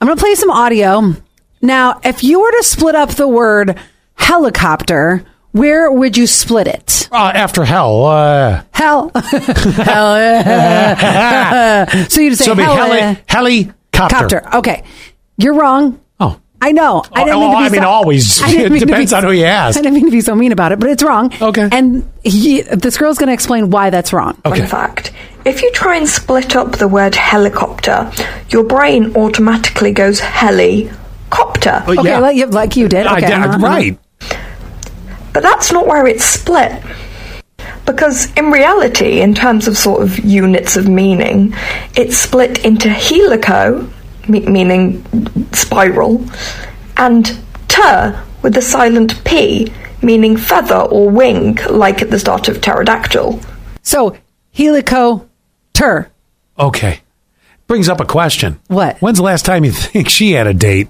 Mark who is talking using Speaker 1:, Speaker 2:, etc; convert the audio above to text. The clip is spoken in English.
Speaker 1: I'm going to play some audio. Now, if you were to split up the word helicopter, where would you split it?
Speaker 2: Uh, after hell. Uh,
Speaker 1: Hell. hell. yeah. so you'd say
Speaker 2: so it'd be
Speaker 1: hell,
Speaker 2: heli-
Speaker 1: yeah.
Speaker 2: helicopter.
Speaker 1: Copter. Okay. You're wrong.
Speaker 2: Oh.
Speaker 1: I know. I didn't mean to
Speaker 2: Oh,
Speaker 1: be
Speaker 2: I mean,
Speaker 1: so-
Speaker 2: always.
Speaker 1: I didn't
Speaker 2: It
Speaker 1: mean to be
Speaker 2: depends on who you ask.
Speaker 1: I didn't mean to be so mean about it, but it's wrong.
Speaker 2: Okay.
Speaker 1: And he, this girl's going to explain why that's wrong.
Speaker 2: Okay.
Speaker 3: In fact, if you try and split up the word helicopter, your brain automatically goes heli-copter.
Speaker 2: But
Speaker 1: Okay,
Speaker 2: yeah.
Speaker 1: like, you, like you did.
Speaker 2: I-
Speaker 1: Okay,
Speaker 2: yeah,
Speaker 1: uh-huh, uh-huh.
Speaker 2: right.
Speaker 3: But that's not where it's split. Because in reality, in terms of sort of units of meaning, it's split into helico, me- meaning spiral, and ter, with the silent p, meaning feather or wing, like at the start of pterodactyl.
Speaker 1: So helicopter.
Speaker 2: Okay. Brings up a question.
Speaker 1: What?
Speaker 2: When's the last time you think she had a date?